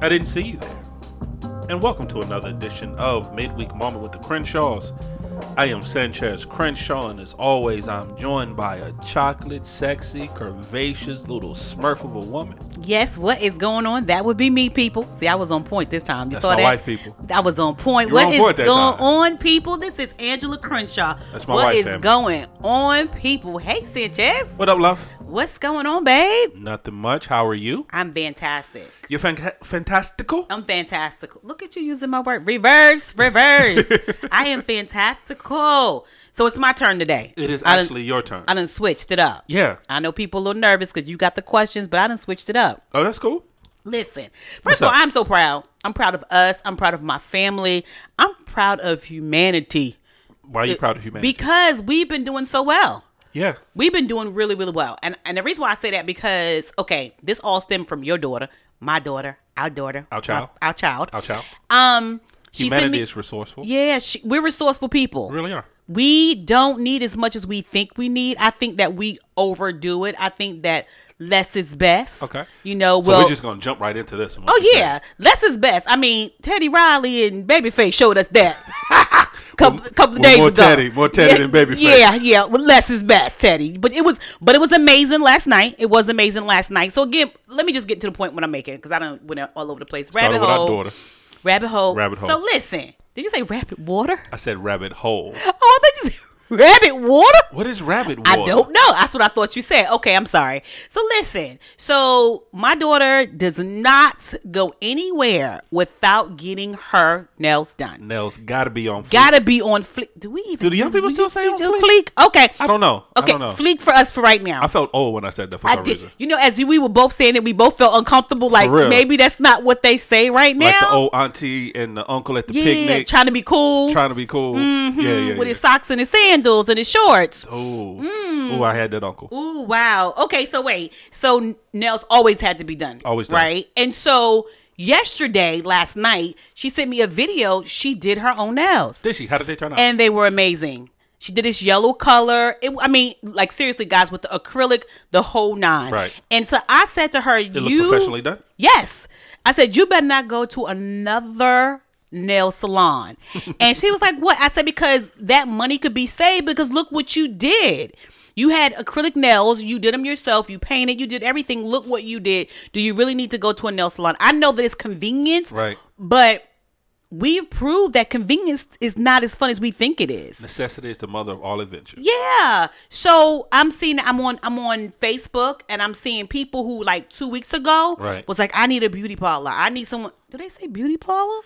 didn't see you there. And welcome to another edition of Midweek Moment with the Crenshaws. I am Sanchez Crenshaw, and as always, I'm joined by a chocolate, sexy, curvaceous little smurf of a woman. Yes, what is going on? That would be me, people. See, I was on point this time. You That's saw my that? wife, people. I was on point. You were What is on point that going time. on, people? This is Angela Crenshaw. That's my What wife, is fam. going on, people? Hey, Sanchez. What up, love? What's going on, babe? Nothing much. How are you? I'm fantastic. You're fan- fantastical? I'm fantastical. Look at you using my word. Reverse, reverse. I am fantastical. So it's my turn today. It is I done- actually your turn. I done switched it up. Yeah. I know people a little nervous because you got the questions, but I done switched it up. Oh, that's cool. Listen, What's first of all, up? I'm so proud. I'm proud of us. I'm proud of my family. I'm proud of humanity. Why are you proud of humanity? Uh, Because we've been doing so well. yeah. We've been doing really, really well. And and the reason why I say that because okay, this all stemmed from your daughter, my daughter, our daughter, Our child. our, our child, Our child. Um, she humanity sent me. is resourceful. yeah, she, we're resourceful people. We really are. We don't need as much as we think we need. I think that we overdo it. I think that less is best. Okay. You know, So well, we're just going to jump right into this. and what Oh you said. yeah, less is best. I mean, Teddy Riley and Babyface showed us that couple, couple of well, days more ago. Teddy- more Teddy yeah, than Babyface. Yeah, yeah. Well, less is best, Teddy. But it was, but it was amazing last night. It was amazing last night. So again, let me just get to the point what I'm making because I don't went all over the place. Started rabbit with our hole. daughter. Rabbit hole. Rabbit hole. So listen, did you say rabbit water? I said rabbit hole. Oh, I thought you said rabbit water. What is rabbit water? I don't know. That's what I thought you said. Okay, I'm sorry. So listen. So my daughter does not go anywhere without getting her nails done. Nails gotta be on. Fleek. Gotta be on fleek. Do we even? Do the young people we still used say to on do fleek? Okay. I don't know. I Okay. don't know. Fleek for us for right now. I felt old when I said that for I some did. reason. You know, as you- we were both saying it, we both felt uncomfortable. Like real. maybe that's not what they say right now. Like the old auntie and the uncle at the yeah, Mm-hmm. picnic, trying to be cool trying to be cool. Yeah, yeah, yeah. with his socks and his sandals and his shorts. oh, oh, I had that uncle. Ooh, wow. Okay, so wait. So n- nails always had to be done. Always done. Right? And so yesterday, last night, she sent me a video. She did her own nails. Did she? How did they turn out? And they were amazing. She did this yellow color. It, I mean, like seriously, guys, with the acrylic, the whole nine. Right. And so I said to her, it looked "You professionally done. Yes. I said, you better not go to another nail salon. and she was like, what? I said, because that money could be saved because look what you did. You had acrylic nails, you did them yourself, you painted, you did everything. Look what you did. Do you really need to go to a nail salon? I know that it's convenience, Right. but we've proved that convenience is not as fun as we think it is. Necessity is the mother of all invention. Yeah. So I'm seeing I'm on I'm on Facebook and I'm seeing people who like two weeks ago Right. was like, I need a beauty parlor. I need someone do they say beauty parlor?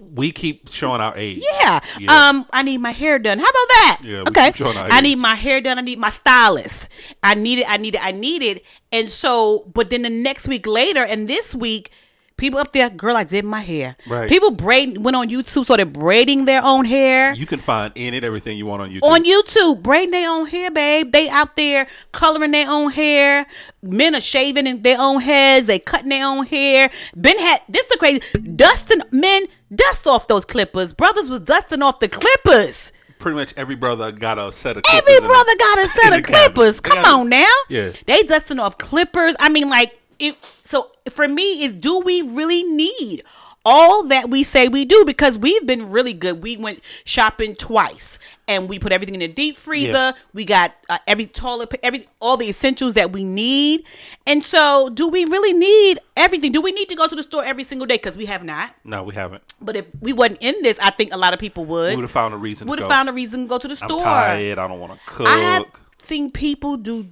We keep showing our age. Yeah. Yeah. Um, I need my hair done. How about that? Yeah, we Okay. keep showing our I age. need my hair done. I need my stylist. I need it. I need it. I need it. And so, but then the next week later, and this week, people up there, girl, I did my hair. Right. People braid went on YouTube, started braiding their own hair. You can find any and everything you want on YouTube. on YouTube, braiding their own hair, babe. They out there coloring their own hair. Men are shaving in their own heads. They cutting their own hair. Ben had this is crazy. Dusting men dust off those clippers. Brothers was dusting off the clippers. Pretty much every brother got a set of. clippers Every in it. brother got a set the of clippers. cabinet. They Come got it. on now. Yeah. They dusting off clippers. I mean, like it so for me is do we really need all that we say we do because we've been really good. We went shopping twice and we put everything in the deep freezer. Yeah. We got uh, every toilet, pa- every all the essentials that we need. And so, do we really need everything? Do we need to go to the store every single day? Because we have not. No, we haven't. But if we wasn't in this, I think a lot of people would. We would have found a reason. Would to have go. found a reason to go to the I'm store. tired. I don't want to cook. I have seen people do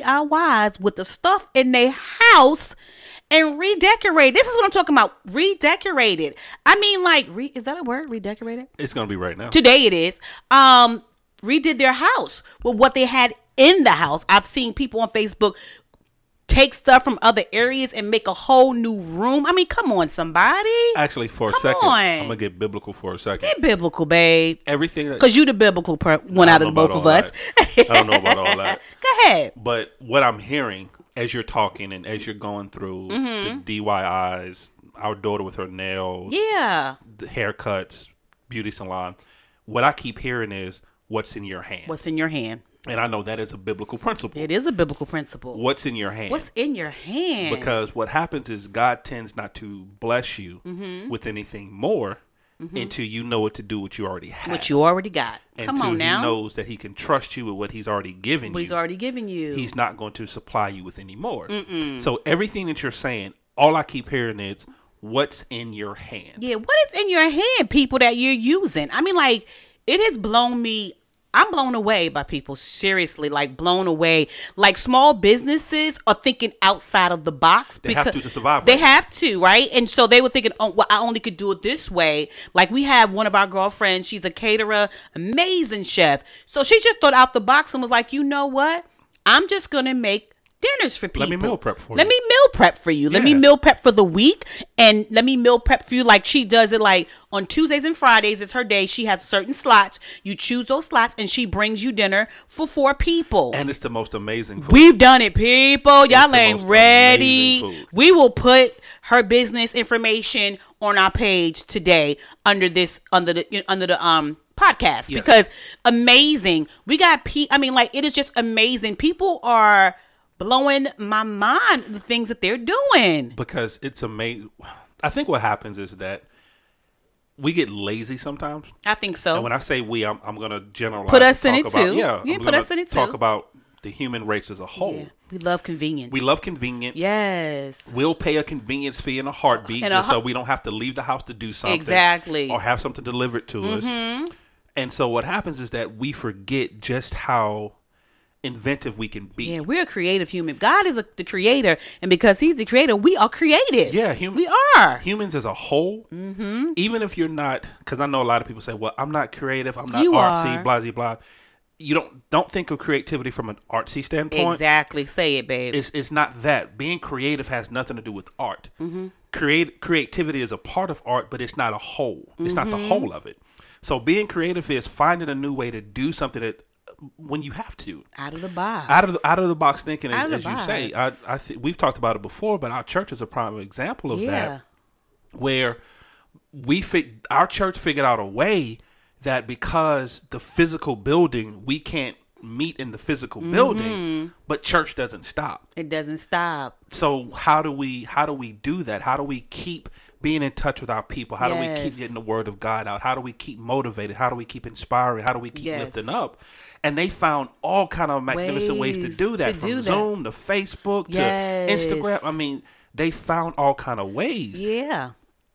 DIYs with the stuff in their house and redecorate. This is what I'm talking about. Redecorate it. I mean, like, re- is that a word? Redecorate it? it's gonna be right now. Today it is. Um, redid their house with what they had in the house. I've seen people on Facebook take stuff from other areas and make a whole new room. I mean, come on, somebody. Actually, for a Come second, on. I'm gonna get biblical for a second. Get biblical, babe. Everything that Because you the biblical per- one out don't of the know about both of all us. that. I don't know about all that. Go ahead. But what I'm hearing as you're talking and as you're going through the DYIs, our daughter with her nails, Mm-hmm. Yeah. the haircuts, beauty salon, what I keep hearing is what's in your hand. What's in your hand? And I know that is a biblical principle. It is a biblical principle. What's in your hand? What's in your hand? because what happens is God tends not to bless you Mm-hmm. with anything more until you know what to do what you already have. what you already got. Come until on now. he knows that he can trust you with what he's already given what you. he's already given you. he's not going to supply you with any more. So everything that you're saying, all I keep hearing is what's in your hand. Yeah, what is in your hand, people that you're using? I mean, like, it has blown me. I'm blown away by people, seriously, like blown away. Like small businesses are thinking outside of the box. They have to to survive, They right? have to, right? And so they were thinking, oh, well, I only could do it this way. Like we have one of our girlfriends, she's a caterer, amazing chef. So she just thought out the box and was like, you know what? I'm just gonna make dinners for people. me meal prep for Let you. me meal prep for you. Let me Yeah. meal prep for the week and let me meal prep for you like she does it like on Tuesdays and Fridays it's her day. She has certain slots. You choose those slots and she brings you dinner for four people. And it's the most amazing food. We've done it, people. Y'all the ain't most amazing ready. food. We will put her business information on our page today under this under the under the um podcast because amazing. We got pe I mean like it is just amazing. People are blowing my mind the things that they're doing. because it's amazing. I think what happens is that we get lazy sometimes. I think so. And when I say we, I'm, I'm going to generalize. Put and us in talk it about- too. Yeah, Yeah, I'm put gonna us in it Talk too. about the human race as a whole. Yeah. We love convenience. We love convenience. Yes. We'll pay a convenience fee in a heartbeat In a just hu- so we don't have to leave the house to do something. Exactly. Mm-hmm. Or have something delivered to us. And so what happens is that we forget just how inventive we can be. Yeah, we're a creative human. God is a, the creator, and because He's the creator, we are creative. Yeah, hum- we are. Humans as a whole, Mm-hmm. even if you're not, because I know a lot of people say, "Well, I'm not creative. I'm not You artsy." are. Blah, blah, blah. You don't don't think of creativity from an artsy standpoint. Exactly. Say it, babe. It's it's not that being creative has nothing to do with art. Mm-hmm. Create creativity is a part of art, but it's not a whole. It's not Mm-hmm. the whole of it. So being creative is finding a new way to do something that when you have to out of the box. out of the, out of the box thinking, as, Out of the as you say. I, I th- we've talked about it before, but our church is a prime example of yeah. that where we fi- our church figured out a way that because the physical building we can't meet in the physical Mm-hmm. building but church doesn't stop It doesn't stop. so how do we how do we do that how do we keep being in touch with our people how do we Yes. keep getting the word of god out how do we keep motivated how do we keep inspiring how do we keep Yes. lifting up and they found all kind of magnificent ways, to Ways do that to from do that. zoom to facebook Yes. to instagram i mean they found all kind of ways Yeah.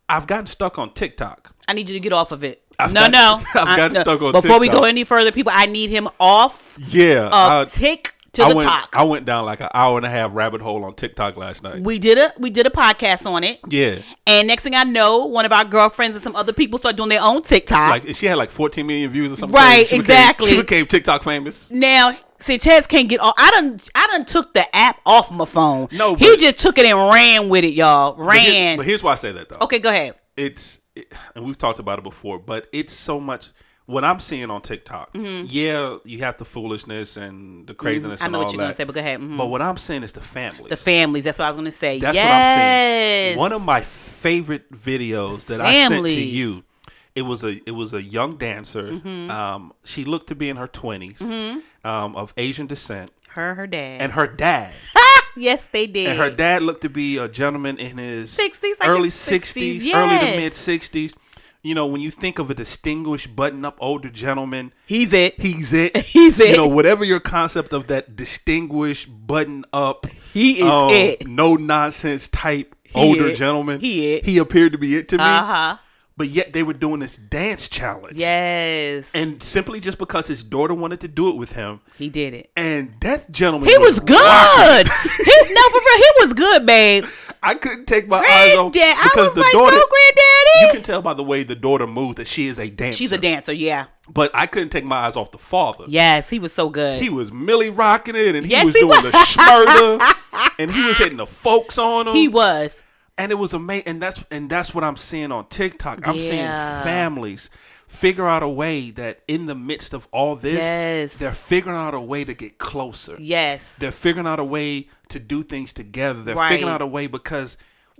i've gotten stuck on tiktok I need you to get off of it. I've no, got- no. I've I- got no. stuck on Before we go TikTok. any further, people, I need him off yeah of tick to I the went, talk. I went down like an hour and a half rabbit hole on tiktok last night we did a we did a podcast on it. yeah And next thing I know, one of our girlfriends and some other people start doing their own TikTok. like she had like 14 million views or something Right, She became- exactly. she became tiktok famous now, Sanchez can't get off. I done I done took the app off my phone. No, he but- just took it and ran with it, y'all. But here- Ran. But here's why I say that though. okay, go ahead. It's it- and we've talked about it before, but it's so much what I'm seeing on TikTok. Yeah, you have the foolishness and the craziness. Mm-hmm. I know and what all you're gonna that, say, but go ahead. Mhm. But what I'm seeing is the families. The families. That's what I was gonna say. That's yes. what I'm seeing. One of my favorite videos that I sent to Families. you. It was a it was a young dancer. Mm-hmm. Um, she looked to be in her 20s, um, of Asian descent, her, her dad. and her dad. yes, they did. And her dad looked to be a gentleman in his 60s, like early his 60s, early to yes. mid 60s. You know, when you think of a distinguished, button-up older gentleman, He's it. he's it. He's it. You know, whatever your concept of that distinguished, button-up, um, He is Oh. it. no nonsense type older it. gentleman. He it. He appeared to be it to me. Uh huh. But yet they were doing this dance challenge. Yes. And simply just because his daughter wanted to do it with him, he did it. and that gentleman He was rocking. good. he, no, for real, he was good, babe. I couldn't take my eyes off Granddad, I was like, "Oh no, You granddaddy. can tell by the way the daughter moved that she is a dancer. She's a dancer. Yeah. But I couldn't take my eyes off the father. Yes, he was so good. He was Millie rocking it, and he Yes, was he doing was. the schmurder, and he was hitting the folks on him. He was. and it was amazing. And that's and that's what I'm seeing on TikTok. I'm seeing Yeah. families figure out a way that in the midst of all this, Yes. they're figuring out a way to get closer. Yes. They're figuring out a way to do things together. They're Right. figuring out a way because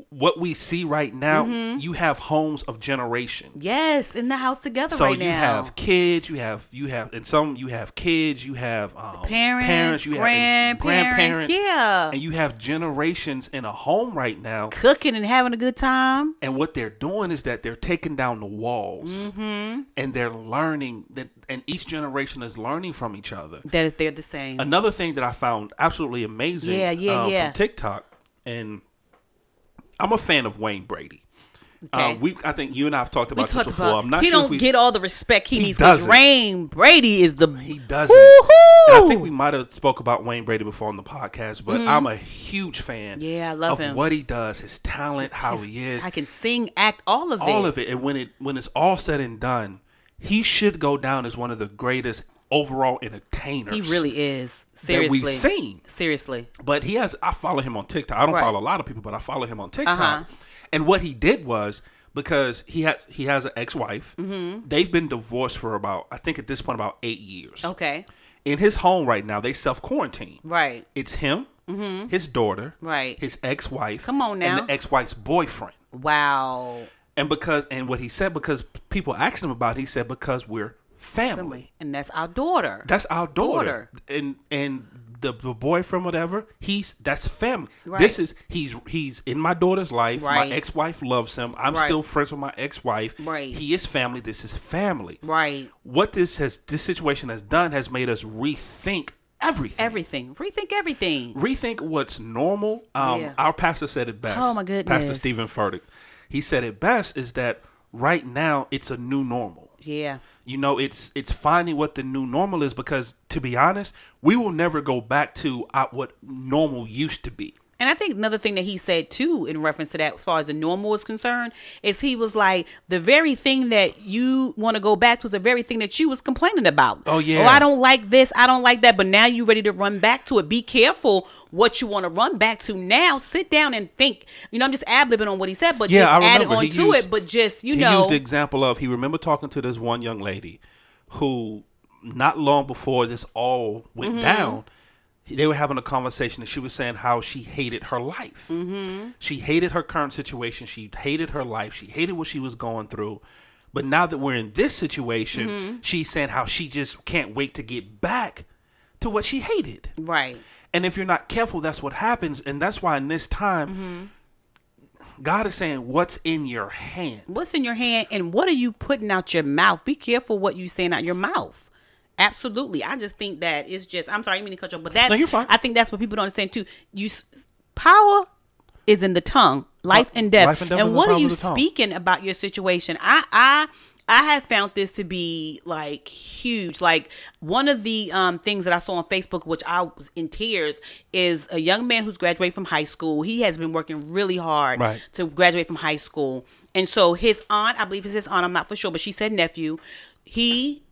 what we see right now, Mm-hmm. you have homes of generations. Yes, in the house together So right you now. have kids, you have you have, and some you have kids, you have um, Parents, you have ex- grandparents, grandparents, yeah. and you have generations in a home right now. cooking and having a good time. And what they're doing is that they're taking down the walls, Mm-hmm. and they're learning that, and each generation is learning from each other. That is, they're the same. Another thing that I found absolutely amazing, uh, Yeah, yeah, yeah. from TikTok, and I'm a fan of Wayne Brady. Okay. Uh, we, I think you and I have talked about we this talked before. about I'm not he sure don't if we get all the respect he, He needs. 'cause doesn't. Rain Brady is the He doesn't. Woo-hoo! And I think we might have spoke about Wayne Brady before on the podcast, but I'm a huge fan. Mm-hmm. Yeah, I of love him. what he does, his talent, how His- he is, I can sing, act, all of it. Oh, all of it. And when it when it's all said and done, he should go down as one of the greatest overall entertainers. He really is. that Seriously. we've seen. Seriously. But he has. I follow him on TikTok. I don't Right. follow a lot of people, but I follow him on TikTok. Uh-huh. And what he did was because he has he has an ex wife. Mm-hmm. They've been divorced for about I think at this point about eight years. Okay. In his home right now, they self quarantine. Right. It's him, his daughter, Mm-hmm. Right. his ex-wife. Come on now. and the ex-wife's boyfriend. Wow. And because and what he said because people asked him about, it, he said because we're family. And that's our daughter. That's our daughter. Daughter. And and the, the boyfriend, whatever, he's that's family. Right. This is he's he's in my daughter's life. Right. My ex-wife loves him. I'm Right. still friends with my ex-wife. Right. He is family. This is family. right. What this has this situation has done has made us rethink everything. Everything. Rethink everything. rethink what's normal. Um, Yeah. Our pastor said it best. Oh, my goodness. Pastor Stephen Furtick. He said it best is that right now it's a new normal. Yeah. You know, it's it's finding what the new normal is because to be honest, we will never go back to uh, what normal used to be. And I think another thing that he said too, in reference to that, as far as the normal is concerned, is he was like, the very thing that you want to go back to is the very thing that you was complaining about. Oh, yeah. Oh, I don't like this. I don't like that. But now you ready to run back to it. Be careful what you want to run back to now. Sit down and think. You know, I'm just ad libbing on what he said, but Yeah, just I add it remember. on He to used- it. But just, you he know, used the example of he remember talking to this one young lady who not long before this all went Mm-hmm. down they were having a conversation and she was saying how she hated her life Mm-hmm. she hated her current situation she hated her life she hated what she was going through but now that we're in this situation Mm-hmm. she's saying how she just can't wait to get back to what she hated right. and if you're not careful, that's what happens. And that's why in this time, Mm-hmm. God is saying, What's in your hand? What's in your hand and what are you putting out your mouth? Be careful what you saying out your mouth. Absolutely. I just think that it's just I'm sorry, I didn't mean to cut you, off, but that's No, you're fine. I think that's what people don't understand too. You s- power is in the tongue, life Li- and death. Uh, life and death is in the what power are of you the tongue. speaking about your situation? I I I have found this to be like huge. Like one of the um, things that I saw on Facebook, which I was in tears, is a young man who's graduated from high school. He has been working really hard Right. to graduate from high school. And so his aunt, I believe it's his aunt, I'm not for sure, but she said nephew, he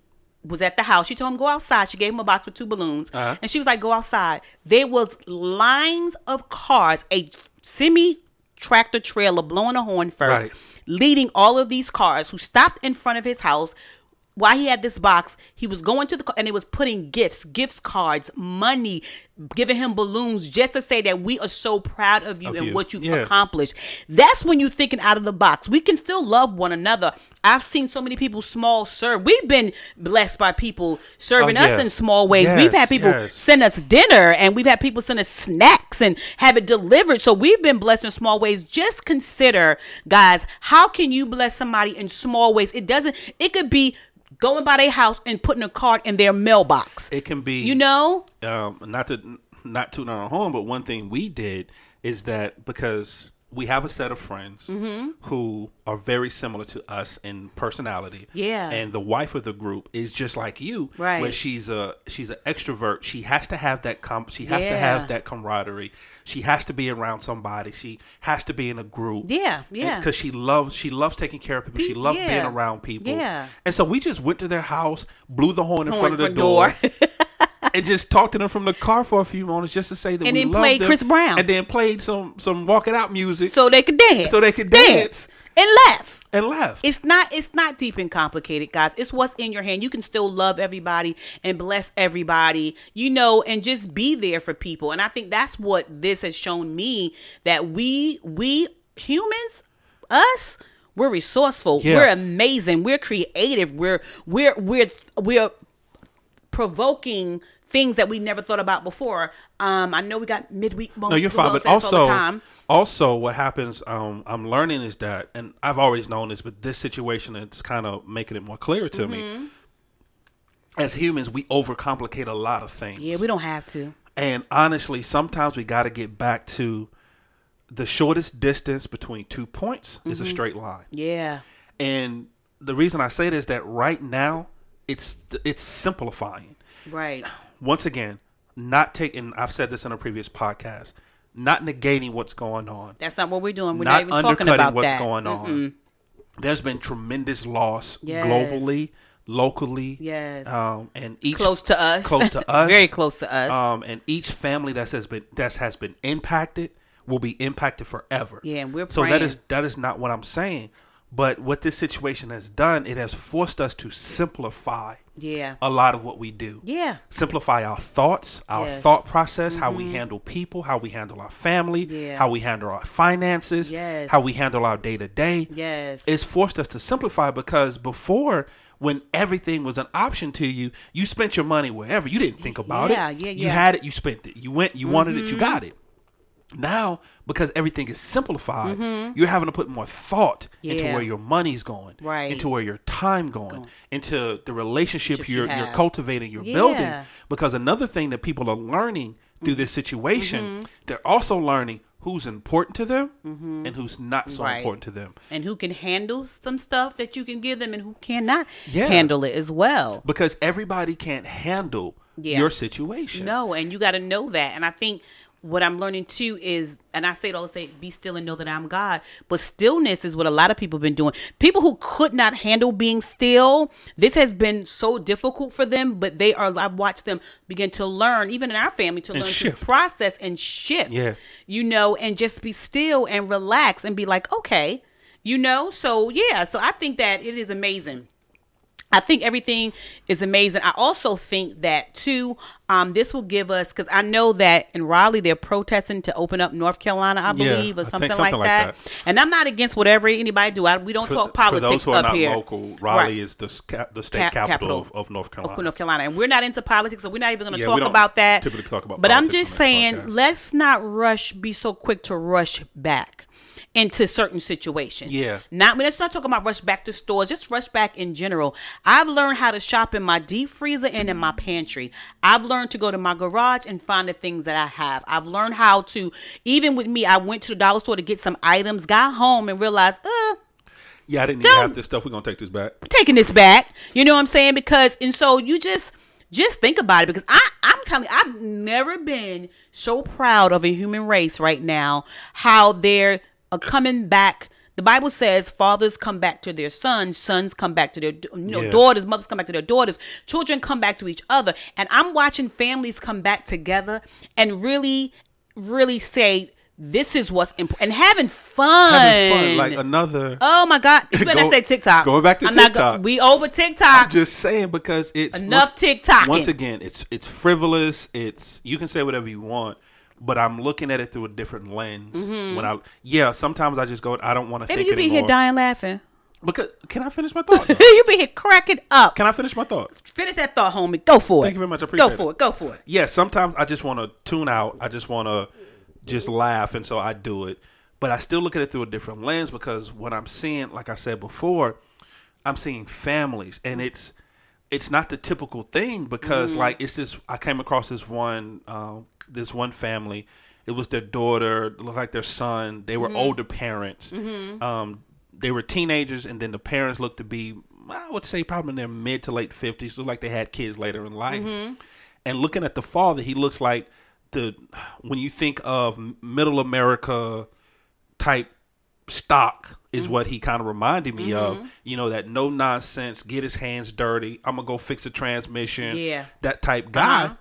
was at the house. She told him go outside. She gave him a box with two balloons. And she was like, go outside. There was lines of cars, a semi tractor trailer blowing a horn first, Right. leading all of these cars who stopped in front of his house. While he had this box, he was going to the car and they was putting gifts, gifts cards, money, giving him balloons just to say that we are so proud of you Of and you. what you've Yeah. accomplished accomplished. That's when you're thinking out of the box. We can still love one another. I've seen so many people small serve. We've been blessed by people serving Oh, yeah. us in small ways. we've Yes, had people yes. send us dinner and we've had people send us snacks and have it delivered. So we've been blessed in small ways. Just consider, guys, how can you bless somebody in small ways? It doesn't, it could be going by their house and putting a card in their mailbox. It can be, you know? um, not to not tooting our own home, but one thing we did is that because we have a set of friends Mm-hmm. who are very similar to us in personality. Yeah. and the wife of the group is just like you, Right. Where she's a she's an extrovert. She has to have that comp. She has to Yeah. have that camaraderie. She has to be around somebody. She has to be in a group. Yeah, yeah. because she loves she loves taking care of people. She loves being yeah. around people. Yeah. and so we just went to their house, blew the horn in front Horn of the front door. door and just talked to them from the car for a few moments just to say that And we then loved played them. Chris Brown. and then played some some walking out music So they could dance. So they could dance. And laugh. and left. It's not it's not deep and complicated, guys. It's what's in your hand. You can still love everybody and bless everybody, you know, and just be there for people. And I think that's what this has shown me that we we humans, us, we're resourceful. Yeah. We're amazing. We're creative. We're we're we're we're provoking things that we never thought about before. Um, I know we got midweek moments. No, you're with fine. Will But Sass all the also, time. also, what happens? Um, I'm learning is that, and I've always known this, but this situation is kind of making it more clear to Mm-hmm. me. As humans, we overcomplicate a lot of things. yeah, we don't have to. And honestly, sometimes we got to get back to the shortest distance between two points is a Mm-hmm. straight line. Yeah, And the reason I say this is that right now it's it's simplifying. right. Once again, not taking I've said this in a previous podcast, not negating what's going on, That's not what we're doing. We're not not, even talking undercutting about what's that. going on. There's been tremendous loss Yes. globally, locally. Yes. Um, and each Close to us. Close to us. Very close to us. Um, and each family that has been that has been impacted will be impacted forever. Yeah, and we're so that praying. is that is not what I'm saying. But what this situation has done, it has forced us to simplify Yeah. a lot of what we do. Yeah. Simplify our thoughts, our Yes. Mm-hmm. thought process, how we handle people, how we handle our family, Yeah. how we handle our finances, Yes. how we handle our day to day. Yes. It's forced us to simplify because before when everything was an option to you, you spent your money wherever. You didn't think about Yeah, it. yeah, You yeah. Mm-hmm. had it, you spent it. You went, you wanted it, you got it. Now, because everything is simplified, you're having to put more thought into Mm-hmm. Yeah. where your money's going, Right. into where your time going, into the relationship you you're, you are have. cultivating, you're building. Yeah. Mm-hmm. Because another thing that people are learning through this situation, they're also learning who's important to them and who's not so Mm-hmm. Right. important to them. and who can handle some stuff that you can give them and who cannot Yeah. handle it as well. because everybody can't handle Yeah. your situation. No, and you got to know that. And I think what I'm learning too is, and I say it all say, be still and know that I'm God. But stillness is what a lot of people have been doing. People who could not handle being still, this has been so difficult for them. But they are. I've watched them begin to learn, even in our family, to learn shift. to process and shift. Yeah. You know, and just be still and relax and be like, okay, you know. So yeah, so I think that it is amazing. I think everything is amazing. I also think that too, um, this will give us because I know that in Raleigh they're protesting to open up North Carolina, I Yeah, believe, I or think something, something like, like that. that. And I'm not against whatever anybody do. I, we don't talk politics those who are up not here. local, Raleigh Right. is the, s- cap, the state Cap- capital, capital of, of North Carolina. Of North Carolina, and we're not into politics, so we're not even going to Yeah, we talk don't about that. typically talk about but I'm politics on just this saying, podcast. let's not rush. Be so quick to rush back into certain situations. Yeah. Not let's not talk about rush back to stores. Just rush back in general. I've learned how to shop in my deep freezer and in my pantry. I've learned to go to my garage and find the things that I have. I've learned how to even with me. I went to the dollar store to get some items. Got home and realized, uh, yeah, I didn't even have Don't- this stuff. We're going to take this back. taking this back. You know what I'm saying? Because and so you just just think about it because I I'm telling you I've never been so proud of a human race right now how they're uh, coming back. The Bible says fathers come back to their sons, sons come back to their you know Yeah. daughters, mothers come back to their daughters, children come back to each other, and I'm watching families come back together and really really say this is what's important and having fun. Having fun, like another. Oh my God! You better Go- not say TikTok. going back to not go- TikTok. we over TikTok. just saying because it's Enough once- TikToking. Once again, it's it's frivolous. It's you can say whatever you want, but I'm looking at it through a different lens. When I yeah, sometimes I just go. I don't want to Baby, think Mm-hmm. you be anymore. here dying laughing. because can I finish my thought? though? you be here cracking up. can I finish my thought? Finish that thought, homie. Go for it. Thank you very much. I appreciate Go for it. it. Go for it. yeah, sometimes I just want to tune out. I just want to just laugh, and so I do it. But I still look at it through a different lens because what I'm seeing, like I said before, I'm seeing families, and it's it's not the typical thing because like it's this. I came across this one um, this one family. It was their daughter, it looked like their son. They were older parents. Um, they were teenagers, and then the parents looked to be, I would say, probably in their mid to late fifties. Looked like they had kids later in life and looking at the father, he looks like the when you think of middle America type stock is what he kind of reminded me Mm-hmm. of. You know that no nonsense, get his hands dirty. I'm gonna go fix a transmission. Yeah. Uh-huh. that type guy.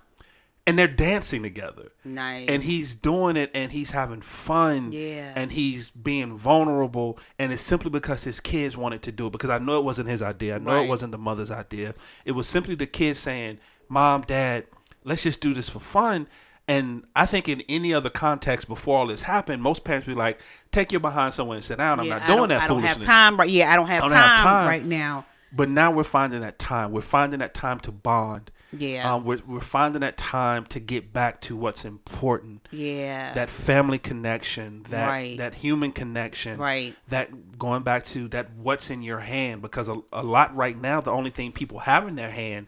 And they're dancing together. Nice. And he's doing it and he's having fun. Yeah. And he's being vulnerable. And it's simply because his kids wanted to do it. Because I know it wasn't his idea. I know it Right. wasn't the mother's idea. It was simply the kids saying, Mom, Dad, let's just do this for fun. And I think in any other context before all this happened, most parents be like, "Take your behind somewhere and sit down. I'm Yeah, not I doing don't- that I don't foolishness." have time right. Yeah, I don't have, I don't time, have time. right now. But now we're finding that time. We're finding that time to bond. Yeah. Um, we're, we're finding that time to get back to what's important. Yeah. That family connection, that Right. that human connection, Right. That going back to that what's in your hand because a, a lot right now the only thing people have in their hand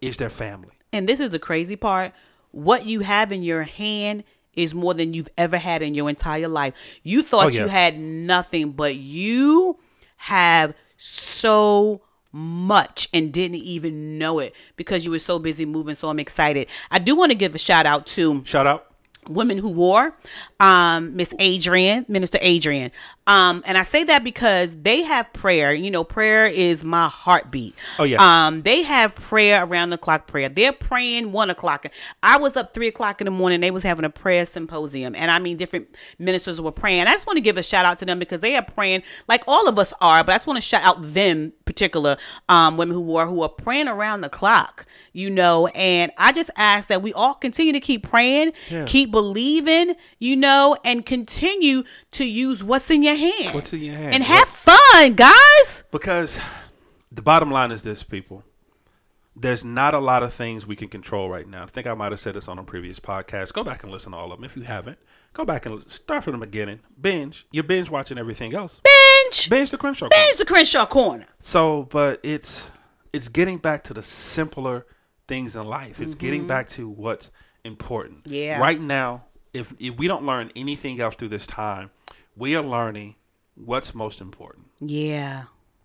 is their family. and this is the crazy part. What you have in your hand is more than you've ever had in your entire life. You thought Oh, yeah. you had nothing, but you have so much and didn't even know it because you were so busy moving. So I'm excited. I do want to give a shout out to Shout out. Women Who War, um, Miss Adrian, Minister Adrian. Um, and I say that because they have prayer. You know, prayer is my heartbeat. Oh, yeah. Um, they have prayer around the clock prayer. They're praying one o'clock. I was up three o'clock in the morning. They was having a prayer symposium, and I mean, different ministers were praying. I just want to give a shout out to them because they are praying like all of us are. But I just want to shout out them particular um, women who were who are praying around the clock. You know, and I just ask that we all continue to keep praying, Yeah. keep believing, you know, and continue to use what's in your hand. What's in your hand? And What- have fun, guys. Because the bottom line is this, people. There's not a lot of things we can control right now. I think I might have said this on a previous podcast. Go back and listen to all of them if you haven't. Go back and start from the beginning. Binge. You're binge watching everything else. Binge. Binge the Crenshaw. Binge the Crenshaw Corner. So, but it's it's getting back to the simpler things in life. It's getting back to what's important. Mm-hmm. Yeah. Right now, if if we don't learn anything else through this time, we are learning what's most important. Yeah.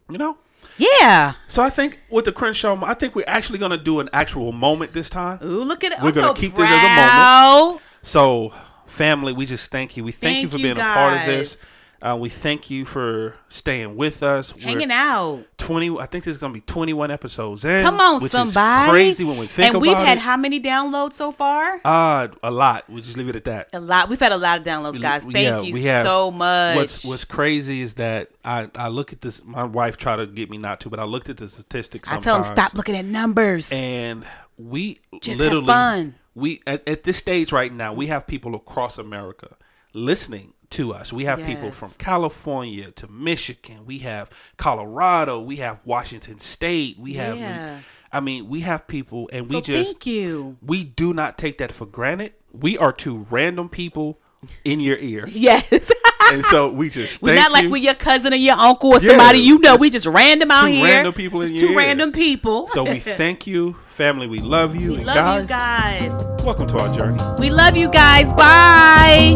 You know. Yeah. So I think with the Crenshaw, mo- I think we're actually gonna do an actual moment this time. Ooh, look at it. We're I'm gonna so keep this as a moment. proud. So, family, we just thank you. We thank, you Thank for you being a part of guys. this. Uh, we thank you for staying with us. We're Hanging out. Twenty. I think there's gonna be 21 episodes in. Come on, which somebody. Is crazy when we think and about we've had it. how many downloads so far? Uh, a lot. We just leave it at that. A lot. We've had a lot of downloads, guys. Thank Yeah, you we have- so much. What's What's crazy is that I I look at this. My wife tried to get me not to, but I looked at the statistics. I Sometimes, tell them stop looking at numbers. And we Just have literally fun. we at, at this stage right now we have people across America listening to us. We have people Yes. from California to Michigan. We have Colorado. We have Washington State. We have. Yeah. I mean, we have people, and so we just thank you. we do not take that for granted. We are two random people in your ear. Yes. and so we just We're thank not like you. we're your cousin or your uncle or somebody you know. just We just random out two here. random people in It's your two ear. random people. so we thank you, family. We love you. we and love guys, you guys. welcome to our journey. We love you guys. Bye.